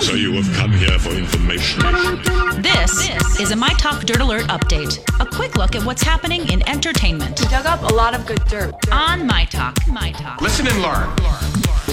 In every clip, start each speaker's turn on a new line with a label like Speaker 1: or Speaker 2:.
Speaker 1: So you have come here for information.
Speaker 2: This is a My Talk Dirt Alert update. A quick look at what's happening in entertainment
Speaker 3: dug up a lot of good dirt.
Speaker 2: on My Talk. My Talk.
Speaker 4: Listen and learn.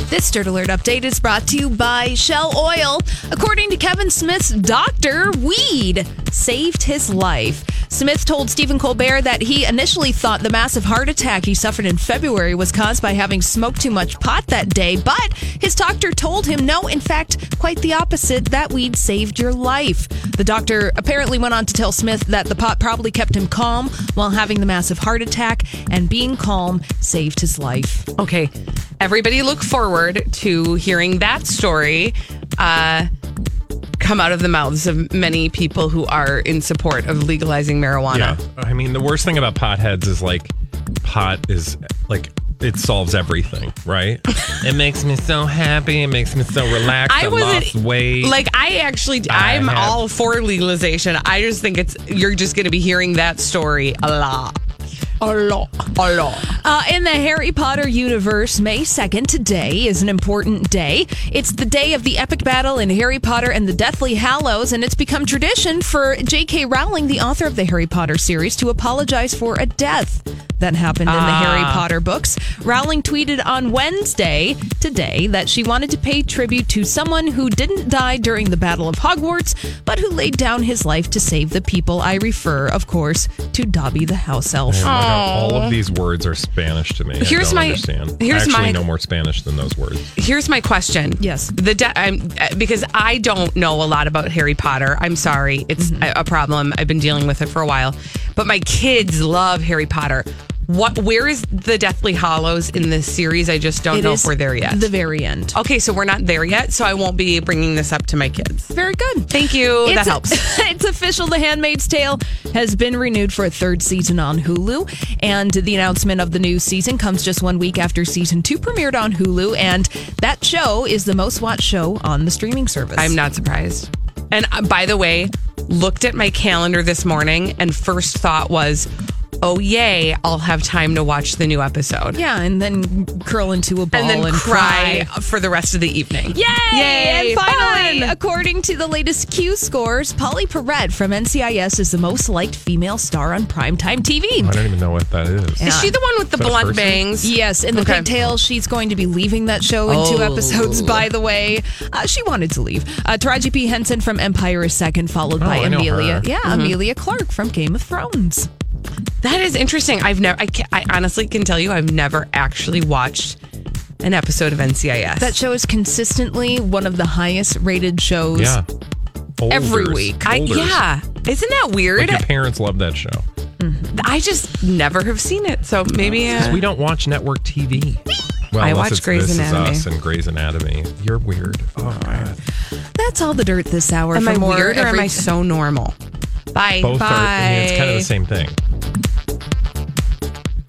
Speaker 5: This Dirt Alert update is brought to you by Shell Oil. According to Kevin Smith's doctor, weed saved his life. Smith told Stephen Colbert that he initially thought the massive heart attack he suffered in February was caused by having smoked too much pot that day, but his doctor told him no, in fact, quite the opposite, that weed saved your life. The doctor apparently went on to tell Smith that the pot probably kept him calm while having the massive heart attack, and being calm saved his life.
Speaker 6: Okay. Everybody look forward to hearing that story uh, come out of the mouths of many people who are in support of legalizing marijuana.
Speaker 7: I mean, the worst thing about potheads is like, pot is like, it solves everything, right? it makes me so happy. It makes me so relaxed. I, lost weight.
Speaker 6: like I actually
Speaker 7: I
Speaker 6: I'm
Speaker 7: have-
Speaker 6: all for legalization. I just think it's you're just going to be hearing that story a lot. A lot, a lot.
Speaker 5: Uh, in the Harry Potter universe, May 2nd today is an important day. It's the day of the epic battle in Harry Potter and the Deathly Hallows, and it's become tradition for J.K. Rowling, the author of the Harry Potter series, to apologize for a death that happened in the Harry Potter books. Rowling tweeted on Wednesday today that she wanted to pay tribute to someone who didn't die during the Battle of Hogwarts, but who laid down his life to save the people. I refer, of course, to Dobby the house elf.
Speaker 7: Oh my God, all of these words are Spanish to me. I
Speaker 6: Here's
Speaker 7: don't
Speaker 6: my-
Speaker 7: Understand.
Speaker 6: here's
Speaker 7: I actually
Speaker 6: my-
Speaker 7: know more Spanish than those words.
Speaker 6: Here's my question.
Speaker 5: Yes.
Speaker 6: The de- I'm, uh, because I don't know a lot about Harry Potter. I'm sorry. It's
Speaker 5: Mm-hmm.
Speaker 6: a, a problem. I've been dealing with it for a while. But my kids love Harry Potter. What where is the Deathly Hollows in this series? I just don't
Speaker 5: It
Speaker 6: know
Speaker 5: is
Speaker 6: if we're there yet. Oh,
Speaker 5: The very end.
Speaker 6: okay, so we're not there yet, so I won't be bringing this up to my kids.
Speaker 5: Very good.
Speaker 6: Thank you. that
Speaker 5: It's-
Speaker 6: helps.
Speaker 5: it's official. The Handmaid's Tale has been renewed for a third season on Hulu. And the announcement of the new season comes just one week after season two premiered on Hulu. And that show is the most watched show on the streaming service.
Speaker 6: I'm not surprised. And uh, by the way, looked at my calendar this morning and first thought was, "Oh yay, I'll have time to watch the new episode."
Speaker 5: Yeah, and then curl into a ball
Speaker 6: and
Speaker 5: and,
Speaker 6: then cry, for the rest of the evening.
Speaker 5: Yay! and finally,
Speaker 6: fun!
Speaker 5: according to the latest Q scores, Polly Perrette from NCIS is the most liked female star on primetime TV.
Speaker 7: I don't even know what that is.
Speaker 6: Is she the one with the
Speaker 7: that a
Speaker 6: blonde
Speaker 7: person?
Speaker 6: bangs?
Speaker 5: Yes, and the
Speaker 6: Okay.
Speaker 5: pigtails, she's going to be leaving that show in two
Speaker 6: Oh.
Speaker 5: episodes, by the way. Uh, she wanted to leave. Uh, Taraji P. Henson from Empire is second, followed by
Speaker 7: Oh, I know
Speaker 5: Amelia.
Speaker 7: her. Mm-hmm.
Speaker 5: Yeah, Amelia Clark from Game of Thrones.
Speaker 6: That is interesting. I've never. I, ca- I honestly can tell you, I've never actually watched an episode of NCIS.
Speaker 5: That show is consistently one of the highest rated shows.
Speaker 7: Yeah.
Speaker 5: Every
Speaker 7: Folders.
Speaker 5: week.
Speaker 6: I,
Speaker 7: Folders.
Speaker 6: yeah, isn't that
Speaker 7: Like
Speaker 6: weird?
Speaker 7: your parents love that show.
Speaker 6: I just never have seen it, so maybe uh,
Speaker 7: We don't watch network TV. Well,
Speaker 6: I
Speaker 7: unless
Speaker 6: watch
Speaker 7: it's
Speaker 6: Grey's
Speaker 7: This Is
Speaker 6: Anatomy.
Speaker 7: Us and Grey's Anatomy. You're weird. Oh, God.
Speaker 5: That's all the dirt this hour.
Speaker 6: am
Speaker 5: for
Speaker 6: I
Speaker 5: more
Speaker 6: weird or am
Speaker 5: every-
Speaker 6: I so normal? Bye.
Speaker 7: Both
Speaker 6: Bye.
Speaker 7: are. I mean, it's kind of the same thing.